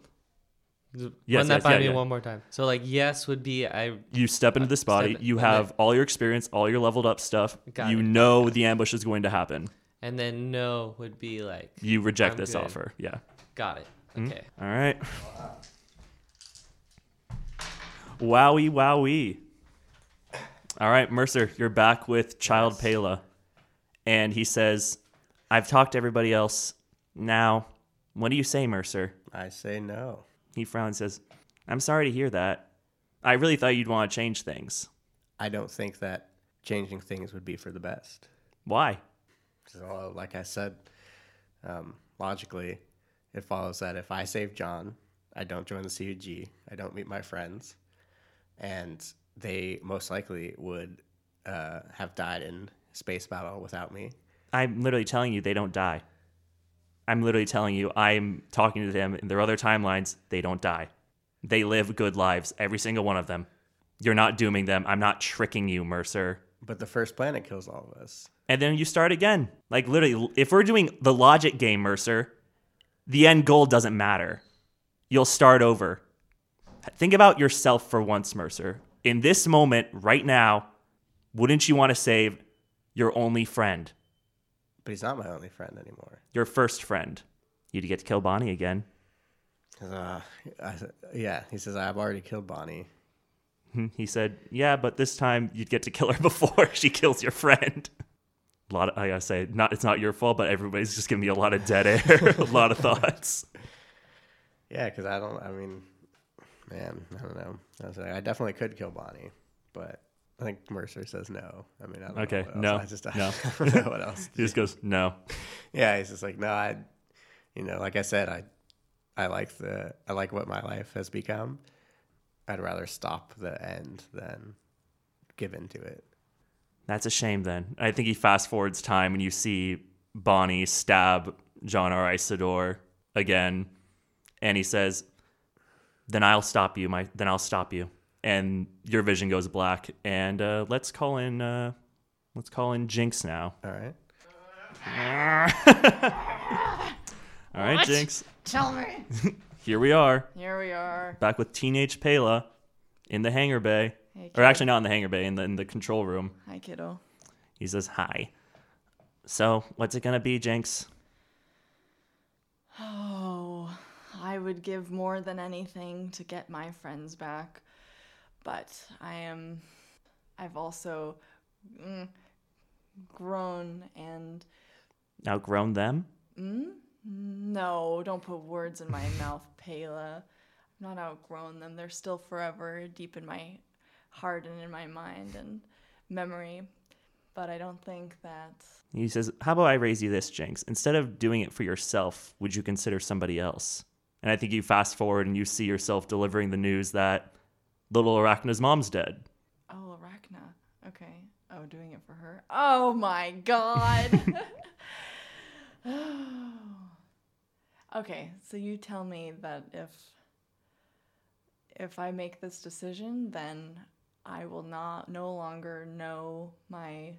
Speaker 5: th-
Speaker 1: Yes,
Speaker 5: run that
Speaker 1: yes,
Speaker 5: by
Speaker 1: yeah,
Speaker 5: me
Speaker 1: yeah.
Speaker 5: one more time. So like yes would be I
Speaker 1: You step into this body.
Speaker 5: Uh, step-
Speaker 1: You
Speaker 5: okay.
Speaker 1: have all your experience, all your leveled up stuff.
Speaker 5: Got
Speaker 1: you
Speaker 5: it.
Speaker 1: know the ambush is going to happen.
Speaker 5: and then no would be like
Speaker 1: You reject
Speaker 5: I'm
Speaker 1: this
Speaker 5: good.
Speaker 1: offer. Yeah.
Speaker 5: got it. Okay.
Speaker 1: All right. Wowie, wowie. All right, Mercer, you're back with Child Pela. And he says, I've talked to everybody else. Now, what do you say, Mercer?
Speaker 3: I say no.
Speaker 1: He frowns and says, I'm sorry to hear that. I really thought you'd want to change things.
Speaker 3: I don't think that changing things would be for the best.
Speaker 1: Why?
Speaker 3: So, uh, like I said, um, logically, it follows that if I save John, I don't join the CUG, I don't meet my friends, and they most likely would uh, have died in space battle without me.
Speaker 1: I'm literally telling you they don't die. I'm literally telling you I'm talking to them in their other timelines, they don't die. They live good lives, every single one of them. You're not dooming them. I'm not tricking you, Mercer.
Speaker 3: But the first planet kills all of us.
Speaker 1: And then you start again. Like literally, if we're doing the logic game, Mercer, the end goal doesn't matter. You'll start over. Think about yourself for once, Mercer. In this moment, right now, wouldn't you want to save your only friend?
Speaker 3: But he's not my only friend anymore.
Speaker 1: your first friend. You'd get to kill Bonnie again.
Speaker 3: 'Cause, Uh, I s- yeah, he says I've already killed Bonnie.
Speaker 1: Hmm, He said, Yeah, but this time you'd get to kill her before she kills your friend. A lot of, I gotta say, not it's not your fault, but everybody's just giving me a lot of dead air, a lot of thoughts.
Speaker 3: Yeah, because I don't. I mean, man, I don't know. I was like, I definitely could kill Bonnie, but I think Mercer says no. I mean, I don't
Speaker 1: Okay,
Speaker 3: know. what else.
Speaker 1: no,
Speaker 3: I just I
Speaker 1: no.
Speaker 3: don't know what else.
Speaker 1: He just goes, No.
Speaker 3: Yeah, he's just like, no, I, you know, like I said, I, I like the, I like what my life has become. I'd rather stop the end than give in to it.
Speaker 1: That's a shame then. I think he fast forwards time and you see Bonnie stab John R. Isidore again. And he says, Then I'll stop you, my then I'll stop you. And your vision goes black. And uh, let's call in uh, let's call in Jinx now.
Speaker 3: All right.
Speaker 1: All right, Jinx.
Speaker 2: Tell me.
Speaker 1: Here we are.
Speaker 2: Here we are.
Speaker 1: Back with teenage Pela in the hangar bay.
Speaker 2: Hey,
Speaker 1: Or actually not in the hangar bay, in the in the control room.
Speaker 2: Hi, kiddo.
Speaker 1: He says, Hi. So what's it gonna be, Jinx?
Speaker 2: Oh, I would give more than anything to get my friends back, but I am. I've also mm, grown and.
Speaker 1: Outgrown them?
Speaker 2: No, don't put words in my mouth, Payla. I've not outgrown them. They're still forever deep in my heart and in my mind and memory. But I don't think that.
Speaker 1: He says, How about I raise you this, Jinx? Instead of doing it for yourself, would you consider somebody else? And I think you fast forward and you see yourself delivering the news that little Arachna's mom's dead.
Speaker 2: Oh, Arachna. Okay. Oh, doing it for her. Oh my god. okay, so you tell me that if if I make this decision, then I will not no longer know my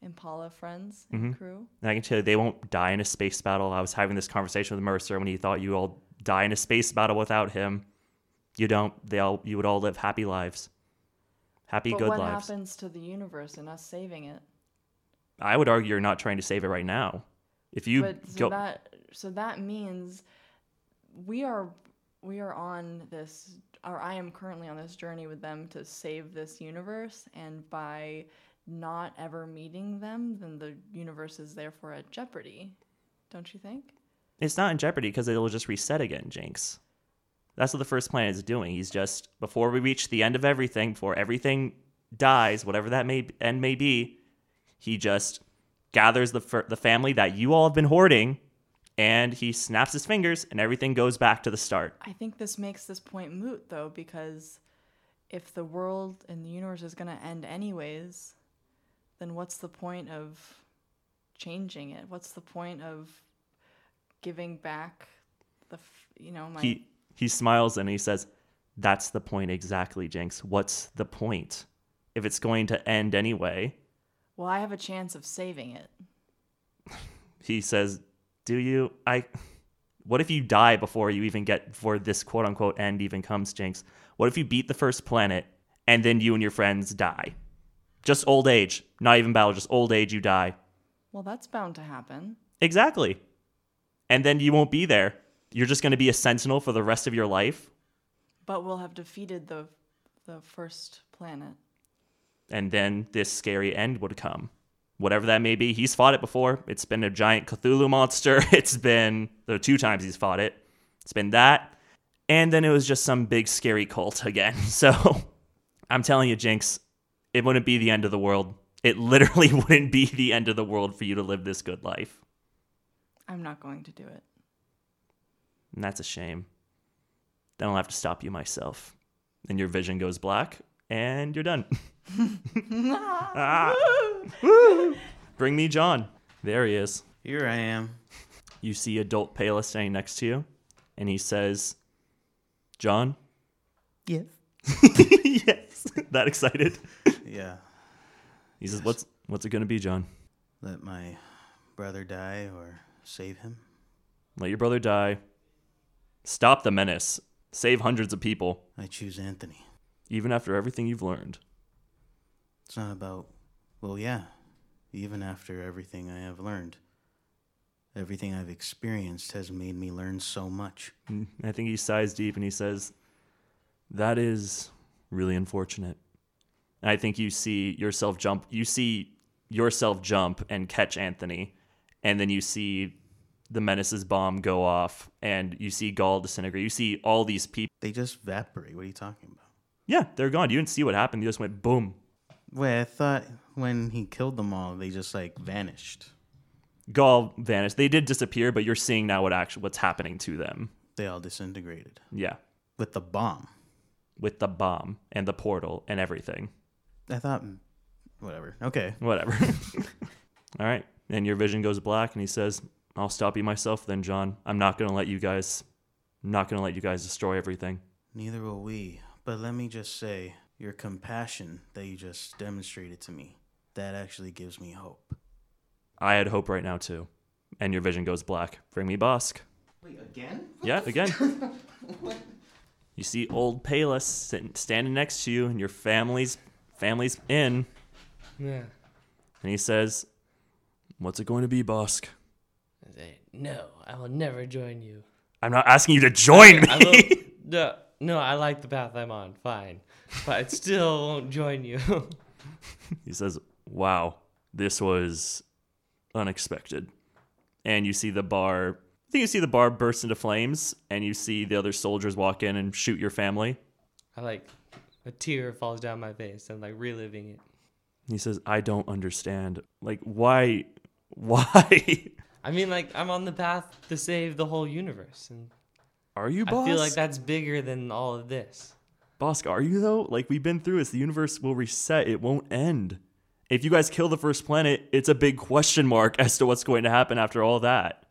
Speaker 2: Impala friends and
Speaker 1: Mm-hmm.
Speaker 2: crew.
Speaker 1: And I can tell you, they won't die in a space battle. I was having this conversation with Mercer when he thought you all die in a space battle without him. You don't. They all. You would all live happy lives, happy
Speaker 2: but
Speaker 1: good
Speaker 2: what
Speaker 1: lives.
Speaker 2: happens to the universe and us saving it?
Speaker 1: I would argue you're not trying to save it right now. If you
Speaker 2: but so
Speaker 1: go,
Speaker 2: that so that means we are we are on this or I am currently on this journey with them to save this universe and by not ever meeting them, then the universe is therefore at jeopardy. Don't you think?
Speaker 1: It's not in jeopardy because it'll just reset again, Jinx. That's what the first planet is doing. He's just before we reach the end of everything, before everything dies, whatever that may end may be, he just gathers the fir- the family that you all have been hoarding, and he snaps his fingers, and everything goes back to the start.
Speaker 2: I think this makes this point moot though, because if the world and the universe is going to end anyways, then what's the point of changing it? What's the point of giving back the, f- you know, my.
Speaker 1: He he smiles and he says, "That's the point exactly, Jinx. What's the point if it's going to end anyway?"
Speaker 2: well, I have a chance of saving it.
Speaker 1: he says, "Do you? I. What if you die before you even get before this quote unquote end even comes, Jinx? What if you beat the first planet and then you and your friends die? Just old age, not even battle, just old age. You die
Speaker 2: Well, that's bound to happen.
Speaker 1: exactly, and then you won't be there. You're just going to be a sentinel for the rest of your life,
Speaker 2: But we'll have defeated the the first planet.
Speaker 1: and then this scary end would come." Whatever that may be, he's fought it before. It's been a giant Cthulhu monster. It's been there are two times he's fought it. It's been that. And then it was just some big scary cult again. So I'm telling you, Jinx, it wouldn't be the end of the world. It literally wouldn't be the end of the world for you to live this good life.
Speaker 2: I'm not going to do it.
Speaker 1: And that's a shame. Then I'll have to stop you myself. And your vision goes black, and you're done. Ah. Woo. Bring me John. There he is.
Speaker 4: Here I am.
Speaker 1: You see adult Pala standing next to you, and he says, John?
Speaker 4: Yes.
Speaker 1: yes. that excited?
Speaker 4: Yeah.
Speaker 1: He says, "What's what's it gonna be, John?
Speaker 4: Let my brother die or save him.
Speaker 1: Let your brother die. Stop the menace. Save hundreds of people,
Speaker 4: I choose Anthony.
Speaker 1: even after everything you've learned.
Speaker 4: It's not about. Well, yeah. Even after everything I have learned, everything I've experienced has made me learn so much.
Speaker 1: And I think he sighs deep and he says, "That is really unfortunate." And I think you see yourself jump. You see yourself jump and catch Anthony, and then you see the menace's bomb go off, and you see Gaul disintegrate. You see all these people.
Speaker 4: They just evaporate. What are you talking about?
Speaker 1: Yeah, they're gone. You didn't see what happened. You just went boom.
Speaker 4: Wait, I thought when he killed them all, they just like vanished.
Speaker 1: Gaul vanished. They did disappear, but you're seeing now what actually what's happening to them.
Speaker 4: They all disintegrated
Speaker 1: Yeah,
Speaker 4: with the bomb.
Speaker 1: with the bomb and the portal and everything.
Speaker 4: I thought, mm, whatever. Okay.
Speaker 1: Whatever. All right. And your vision goes black, and he says, "I'll stop you myself, then, John. I'm not gonna let you guys. I'm not gonna let you guys destroy everything."
Speaker 4: Neither will we. But let me just say, your compassion that you just demonstrated to me, that actually gives me hope.
Speaker 1: I had hope right now too. And your vision goes black. Bring me Bosk.
Speaker 4: Wait, again?
Speaker 1: Yeah, again. you see old Payless sitting, standing next to you, and your family's family's in.
Speaker 5: Yeah.
Speaker 1: And he says, What's it going to be, Bosk?
Speaker 5: I say, no, I will never join you.
Speaker 1: I'm not asking you to join
Speaker 5: I
Speaker 1: me.
Speaker 5: will, no, no, I like the path I'm on, fine. But I still won't join you.
Speaker 1: He says, Wow, this was unexpected. And you see the bar, I think you see the bar burst into flames, and you see the other soldiers walk in and shoot your family.
Speaker 5: I like a tear falls down my face. I'm like reliving it.
Speaker 1: He says, I don't understand. Like, why? Why?
Speaker 5: I mean, like I'm on the path to save the whole universe, and
Speaker 1: Are you boss?
Speaker 5: I feel like that's bigger than all of this.
Speaker 1: Bosk, are you though? Like we've been through this. The universe will reset. It won't end. If you guys kill the first planet, it's a big question mark as to what's going to happen after all that.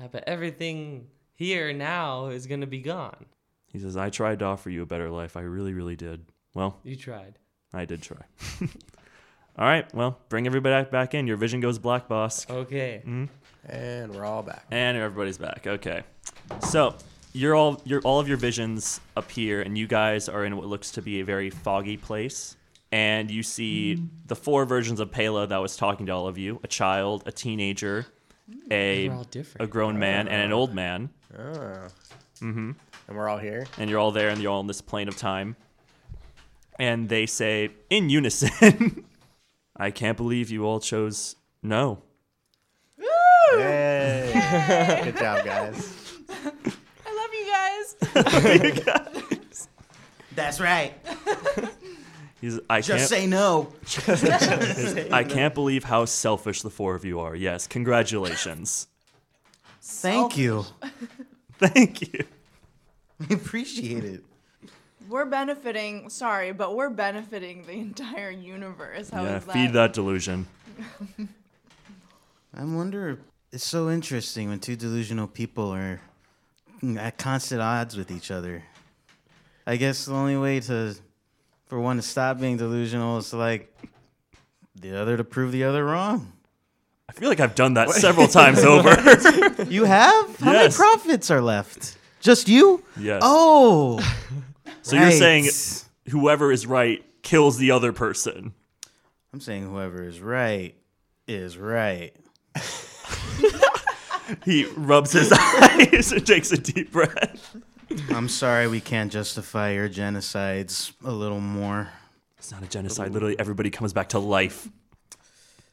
Speaker 5: Yeah, but everything here now is gonna be gone.
Speaker 1: He says, I tried to offer you a better life. I really, really did. Well,
Speaker 5: You tried.
Speaker 1: I did try. all right, well, bring everybody back in. Your vision goes black, Bosk.
Speaker 5: Oh. Okay.
Speaker 3: And we're all back.
Speaker 1: And everybody's back. Okay. So you're all your all of your visions appear and you guys are in what looks to be a very foggy place. And you see the four versions of Pela that was talking to all of you: a child, a teenager, a
Speaker 5: We're all
Speaker 1: a
Speaker 5: different.
Speaker 1: grown man, and an old man.
Speaker 3: Oh. Mm-hmm. And we're all here.
Speaker 1: And you're all there, and you're all in this plane of time. And they say in unison, I can't believe you all chose no.
Speaker 3: Yay. Good job, guys.
Speaker 2: I love you guys.
Speaker 4: That's right.
Speaker 1: He's, I
Speaker 4: Just
Speaker 1: can't,
Speaker 4: say no.
Speaker 1: I can't believe how selfish the four of you are. Yes, congratulations.
Speaker 4: Thank you.
Speaker 1: Thank you.
Speaker 4: I appreciate it.
Speaker 2: We're benefiting. Sorry, but we're benefiting the entire universe. How is
Speaker 1: yeah,
Speaker 2: that?
Speaker 1: feed that delusion.
Speaker 4: I wonder. It's so interesting when two delusional people are at constant odds with each other. I guess the only way to, for one to stop being delusional is to like the other to prove the other wrong.
Speaker 1: I feel like I've done that several times over.
Speaker 4: You have how many
Speaker 1: Yes.
Speaker 4: prophets are left? Just you?
Speaker 1: Yes.
Speaker 4: Oh,
Speaker 1: so you're saying whoever is right kills the other person.
Speaker 4: I'm saying whoever is right is right.
Speaker 1: He rubs his eyes and takes a deep breath.
Speaker 4: I'm sorry we can't justify your genocides a little more.
Speaker 1: It's not a
Speaker 4: Oh.
Speaker 1: genocide. Literally, everybody comes back to life.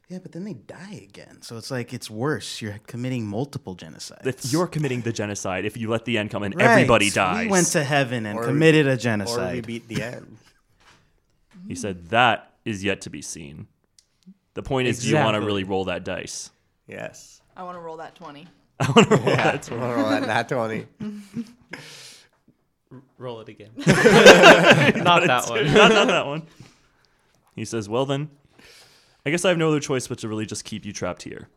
Speaker 4: Yeah, but then they die again. So it's like it's worse. You're committing multiple genocides.
Speaker 1: If you're committing the genocide if you let the end come and
Speaker 4: Right.
Speaker 1: everybody dies.
Speaker 4: We went to heaven and
Speaker 3: Or-
Speaker 4: committed a
Speaker 3: Or we
Speaker 4: genocide.
Speaker 3: beat the end.
Speaker 1: he said that is yet to be seen. The point is, do you want to
Speaker 5: Exactly.
Speaker 1: really roll that dice?
Speaker 3: Yes.
Speaker 2: I want to roll that twenty.
Speaker 3: Yeah. Roll that nat 20.
Speaker 5: Roll it again. Not that one.
Speaker 1: not, not that one. He says, Well, then, I guess I have no other choice but to really just keep you trapped here.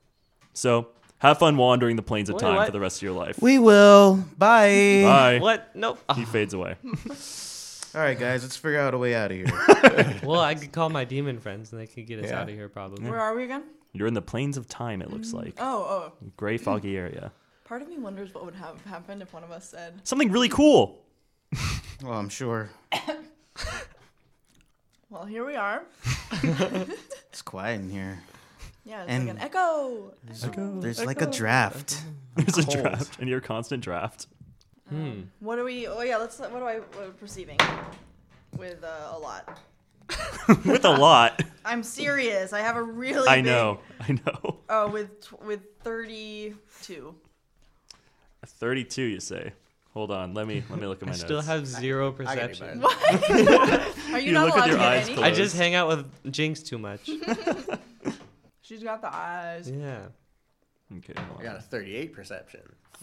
Speaker 1: So, have fun wandering the plains of
Speaker 5: Wait,
Speaker 1: time
Speaker 5: what?
Speaker 1: for the rest of your life.
Speaker 4: We will. Bye.
Speaker 1: Bye.
Speaker 5: What? Nope.
Speaker 1: He fades away.
Speaker 4: All right, guys, let's figure out a way out of here.
Speaker 5: Well, I could call my demon friends and they could get us
Speaker 3: Yeah.
Speaker 5: out of here probably.
Speaker 2: Where are we again?
Speaker 1: You're in the plains of time, it looks like.
Speaker 2: Oh, oh.
Speaker 1: Gray, foggy area.
Speaker 2: Part of me wonders what would have happened if one of us said,
Speaker 1: Something really cool.
Speaker 4: well, I'm sure
Speaker 2: "Well, here we are."
Speaker 4: it's quiet in here.
Speaker 2: Yeah, it's
Speaker 4: And-
Speaker 2: like an echo.
Speaker 3: "Oh,
Speaker 4: There's like a draft.
Speaker 1: There's a draft, and you're a constant draft.
Speaker 2: What are we? Oh yeah, let's. What do I? What am perceiving? With uh, a lot.
Speaker 1: With a lot.
Speaker 2: I'm serious. I have a really.
Speaker 1: I
Speaker 2: big-
Speaker 1: know. I know.
Speaker 2: Oh, with tw- with thirty-two.
Speaker 1: 32, you say. Hold on. Let me let me look at my
Speaker 5: I
Speaker 1: notes.
Speaker 5: still have zero
Speaker 3: I get it,
Speaker 5: perception.
Speaker 3: bud.
Speaker 2: Are you,
Speaker 1: You
Speaker 2: not
Speaker 1: look with
Speaker 2: allowed
Speaker 1: your
Speaker 2: to get
Speaker 1: eyes
Speaker 2: any?
Speaker 1: closed.
Speaker 5: I just hang out with Jinx too much.
Speaker 2: She's got the eyes.
Speaker 5: Yeah.
Speaker 1: Okay. hold
Speaker 3: I
Speaker 1: on.
Speaker 3: got a 38 perception.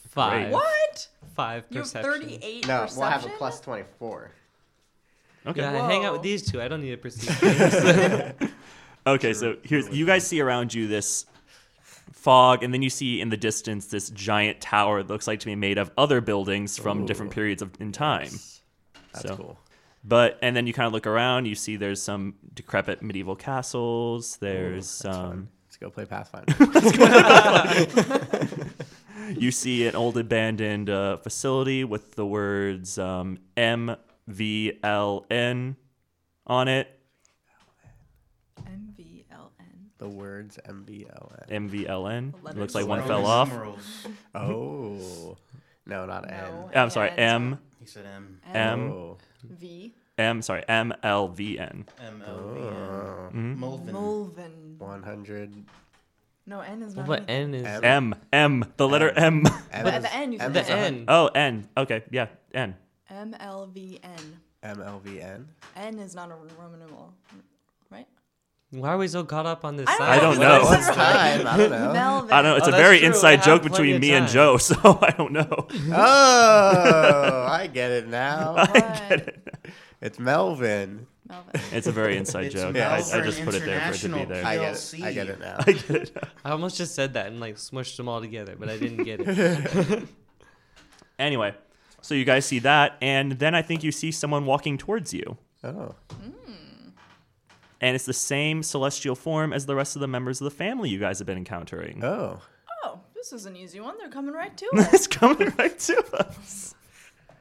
Speaker 5: Five.
Speaker 2: What?
Speaker 5: Five
Speaker 2: You have
Speaker 5: perception.
Speaker 2: thirty-eight.
Speaker 3: No,
Speaker 2: perception?
Speaker 3: we'll have a plus 24.
Speaker 1: Okay.
Speaker 5: Yeah, I hang out
Speaker 2: Whoa.
Speaker 5: with these two. I don't need a perception.
Speaker 1: Okay, so here's you guys see around you this fog, and then you see in the distance this giant tower that looks like to be made of other buildings from different periods of in time.
Speaker 3: That's
Speaker 1: So-
Speaker 3: cool.
Speaker 1: But and then you kind of look around, you see there's some decrepit medieval castles. There's
Speaker 3: Oh,
Speaker 1: um, some
Speaker 3: Let's go play Pathfinder.
Speaker 1: you see an old abandoned uh, facility with the words um, M V L N on it.
Speaker 2: MVLN.
Speaker 3: the words MBLN.
Speaker 1: M V L N. It
Speaker 2: letters
Speaker 1: Looks like one
Speaker 2: Roman
Speaker 1: fell off.
Speaker 3: Oh. No, not
Speaker 2: No.
Speaker 3: N.
Speaker 1: I'm sorry.
Speaker 2: Yeah, it's-
Speaker 1: M
Speaker 4: He said M
Speaker 1: M
Speaker 3: Oh.
Speaker 2: V.
Speaker 1: M. Sorry. M L V N.
Speaker 4: M
Speaker 1: Uh,
Speaker 4: L V N. Molven.
Speaker 2: Mulvin.
Speaker 3: 100.
Speaker 2: No, N is not.
Speaker 5: what
Speaker 2: in it.
Speaker 5: N is?
Speaker 3: M.
Speaker 1: M M the letter M.
Speaker 3: M
Speaker 2: But at
Speaker 3: is-
Speaker 2: the end, you
Speaker 3: M
Speaker 2: said
Speaker 3: is
Speaker 5: The N.
Speaker 1: Oh N. Okay, yeah N.
Speaker 2: MLVN.
Speaker 3: MLVN.
Speaker 2: N is not a Roman numeral, right?
Speaker 5: Why are we so caught up on this?
Speaker 1: I
Speaker 2: I don't
Speaker 5: side?
Speaker 1: don't
Speaker 5: What
Speaker 1: know.
Speaker 5: is
Speaker 1: What's
Speaker 5: this?
Speaker 3: Time. I don't know.
Speaker 2: Melvin.
Speaker 1: I don't know. It's
Speaker 5: Oh,
Speaker 1: a
Speaker 5: that's
Speaker 1: very
Speaker 5: true. I
Speaker 1: inside
Speaker 5: have
Speaker 1: joke
Speaker 5: plenty
Speaker 1: between
Speaker 5: of
Speaker 1: me and
Speaker 5: time.
Speaker 1: Joe, so I don't know.
Speaker 3: Oh, I get it now.
Speaker 2: What?
Speaker 3: It's Melvin.
Speaker 2: Melvin.
Speaker 1: It's a very inside
Speaker 4: It's
Speaker 1: joke.
Speaker 4: Mel
Speaker 1: I, I
Speaker 4: for
Speaker 1: just
Speaker 4: an
Speaker 1: put it there for it to be
Speaker 4: international
Speaker 1: there.
Speaker 3: I
Speaker 1: I,
Speaker 3: get it.
Speaker 4: PLC.
Speaker 3: I get it now.
Speaker 1: get it.
Speaker 5: I almost just said that and like smushed them all together, but I didn't get it.
Speaker 1: Anyway, so you guys see that, and then I think you see someone walking towards you,
Speaker 3: Oh.
Speaker 1: and it's the same celestial form as the rest of the members of the family you guys have been encountering.
Speaker 3: Oh.
Speaker 2: Oh, this is an easy one. They're coming right to us.
Speaker 1: it's coming right to us.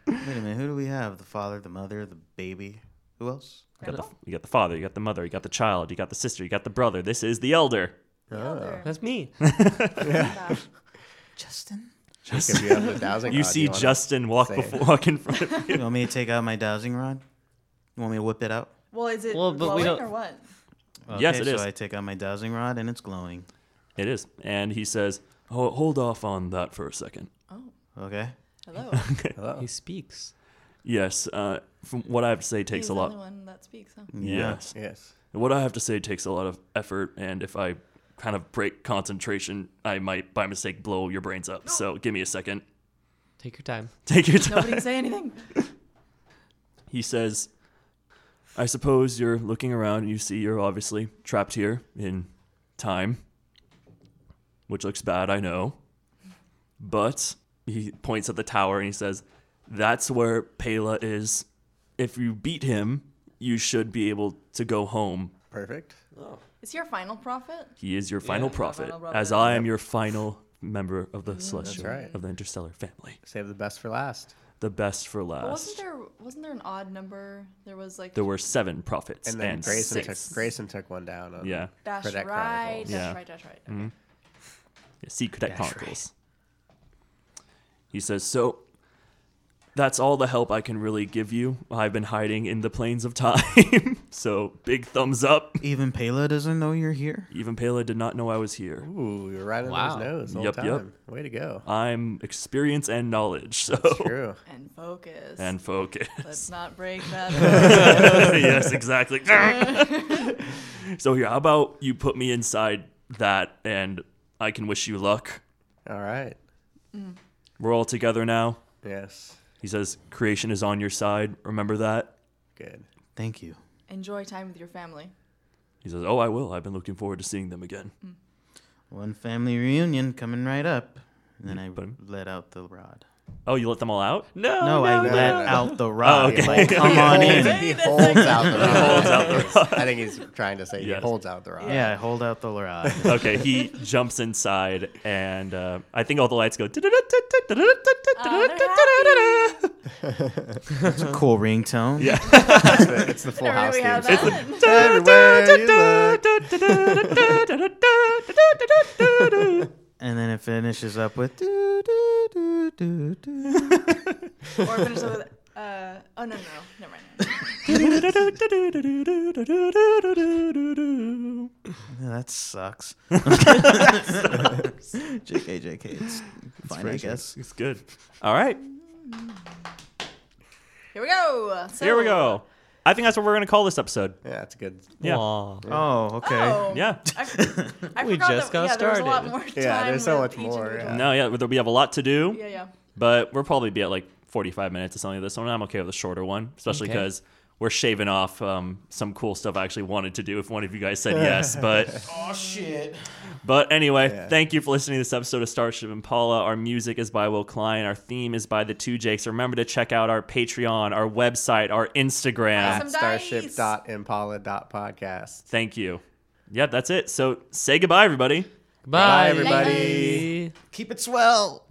Speaker 4: Wait a minute. Who do we have? The father, the mother, the baby. Who else?
Speaker 1: You got, the, you got the father, you got the mother, you got the child, you got the sister, you got the brother. This is the elder.
Speaker 2: Oh.
Speaker 5: That's me.
Speaker 4: Justin.
Speaker 3: It could be up to a thousand.
Speaker 5: Ah,
Speaker 1: You
Speaker 3: God,
Speaker 1: see
Speaker 3: wanna-
Speaker 1: Justin walk,
Speaker 3: say it?
Speaker 1: before, walk in front of you.
Speaker 4: You want me to take out my dowsing rod? You want me to whip it out?
Speaker 2: Well, is it
Speaker 5: Well,
Speaker 2: well,
Speaker 5: but we
Speaker 2: glowing or
Speaker 5: don't-
Speaker 2: what?
Speaker 1: Yes, it
Speaker 4: so
Speaker 1: is.
Speaker 4: I take out my dowsing rod and it's glowing.
Speaker 1: It is. And he says, "Oh, hold off on that for a second.
Speaker 4: Okay.
Speaker 2: Hello.
Speaker 5: He speaks.
Speaker 1: Yes, uh, from what I have to say takes
Speaker 2: He's
Speaker 1: a
Speaker 2: The
Speaker 1: lot.
Speaker 2: only one that speaks. Huh?
Speaker 1: Yes.
Speaker 3: Yes.
Speaker 1: What I have to say takes a lot of effort, and if I kind of break concentration, I might by mistake blow your brains up. So give me a second.
Speaker 5: Take your time.
Speaker 1: Take your time.
Speaker 2: Nobody can say anything.
Speaker 1: He says, I suppose you're looking around and you see you're obviously trapped here in time, which looks bad, I know. But he points at the tower and he says, That's where Pela is. If you beat him, you should be able to go home.
Speaker 3: Perfect.
Speaker 2: Is he our final prophet?
Speaker 1: He is your final
Speaker 5: Yeah,
Speaker 1: prophet,
Speaker 2: final prophet.
Speaker 1: as I am your final member of the celestial,
Speaker 3: right.
Speaker 1: of the interstellar family.
Speaker 3: Save the best for last.
Speaker 1: The best for
Speaker 2: But wasn't
Speaker 1: last.
Speaker 2: there wasn't there an odd number? There was like
Speaker 1: There were seven prophets
Speaker 3: And
Speaker 1: and,
Speaker 3: then Grayson
Speaker 1: six.
Speaker 3: took Grayson took one down. On,
Speaker 1: yeah.
Speaker 2: dash
Speaker 3: Cadet
Speaker 2: right,
Speaker 3: Chronicles.
Speaker 2: dash
Speaker 1: Yeah.
Speaker 2: right, dash right. Okay.
Speaker 1: See Cadet
Speaker 4: That's
Speaker 1: Chronicles. He says, So that's all the help I can really give you. I've been hiding in the plains of time. so big thumbs up.
Speaker 4: Even Pela doesn't know you're here.
Speaker 1: Even Pela did not know I was here.
Speaker 3: Ooh, you're right under
Speaker 5: Wow.
Speaker 3: his nose the whole
Speaker 1: Yup,
Speaker 3: time.
Speaker 1: yup.
Speaker 3: Way to go.
Speaker 1: I'm experience and knowledge. So
Speaker 3: True.
Speaker 2: And focus.
Speaker 1: and focus.
Speaker 2: Let's not break that.
Speaker 1: yes, exactly. so here, how about you put me inside that and I can wish you luck.
Speaker 3: All right.
Speaker 1: We're all together now.
Speaker 3: Yes.
Speaker 1: He says, Creation is on your side. Remember that.
Speaker 3: Good.
Speaker 4: Thank you.
Speaker 2: Enjoy time with your family.
Speaker 1: He says, Oh, I will. I've been looking forward to seeing them again.
Speaker 4: One family reunion coming right up. And then I
Speaker 1: Boom.
Speaker 4: let out the rod.
Speaker 1: Oh, you let them all out?
Speaker 5: No,
Speaker 4: No, I
Speaker 3: Oh, no,
Speaker 4: let
Speaker 3: no.
Speaker 4: out the rod.
Speaker 1: Oh, okay.
Speaker 4: Like, come on
Speaker 3: He
Speaker 4: in.
Speaker 3: holds- He holds out the rod.
Speaker 1: holds out the
Speaker 3: I think he's trying to say he
Speaker 1: Yes.
Speaker 3: holds out the rod.
Speaker 4: Yeah, I hold out the rod.
Speaker 1: okay, he jumps inside, and uh, I think all the lights
Speaker 2: Oh,
Speaker 1: go.
Speaker 4: It's a cool ringtone.
Speaker 1: Yeah.
Speaker 3: It's the, it's the full house
Speaker 2: Everybody
Speaker 3: theme.
Speaker 2: have
Speaker 3: song.
Speaker 2: that?
Speaker 3: Everywhere you look.
Speaker 4: And then it finishes up with. doo, doo, doo, doo, doo.
Speaker 2: or finish up with. Uh, oh no no, never mind. never mind.
Speaker 4: Yeah, that sucks. JK, JK. It's fine, I
Speaker 3: pretty
Speaker 4: guess.
Speaker 1: It's good. All right,
Speaker 2: Here we go. So,
Speaker 1: here we go. I think that's what we're gonna call this episode.
Speaker 3: Yeah, that's good.
Speaker 1: Yeah.
Speaker 5: Aw.
Speaker 4: Oh, okay.
Speaker 2: Oh,
Speaker 1: Yeah.
Speaker 2: I, I
Speaker 5: We
Speaker 2: forgot
Speaker 5: just
Speaker 2: that,
Speaker 5: got
Speaker 2: yeah, There was a lot
Speaker 5: started.
Speaker 2: more time
Speaker 3: Yeah, there's so
Speaker 2: with
Speaker 3: much
Speaker 2: each
Speaker 3: more,
Speaker 2: individual.
Speaker 1: No, yeah, there- we have a lot to do.
Speaker 2: Yeah yeah.
Speaker 1: but we'll probably be at like 45 minutes or something like this one. I'm okay with a shorter one, especially
Speaker 5: Okay.
Speaker 1: because we're shaving off um, some cool stuff I actually wanted to do if one of you guys said yes. But
Speaker 4: Oh, shit.
Speaker 1: but anyway,
Speaker 3: Yeah.
Speaker 1: thank you for listening to this episode of Starship Impala. Our music is by Will Klein. Our theme is by the Two Jakes. Remember to check out our Patreon, our website, our Instagram.
Speaker 2: Awesome. Some dice.
Speaker 3: Starship.impala.podcast.
Speaker 1: Thank you. Yeah, that's it. So say goodbye, everybody.
Speaker 5: Bye,
Speaker 3: everybody.
Speaker 5: everybody.
Speaker 4: Keep it swell.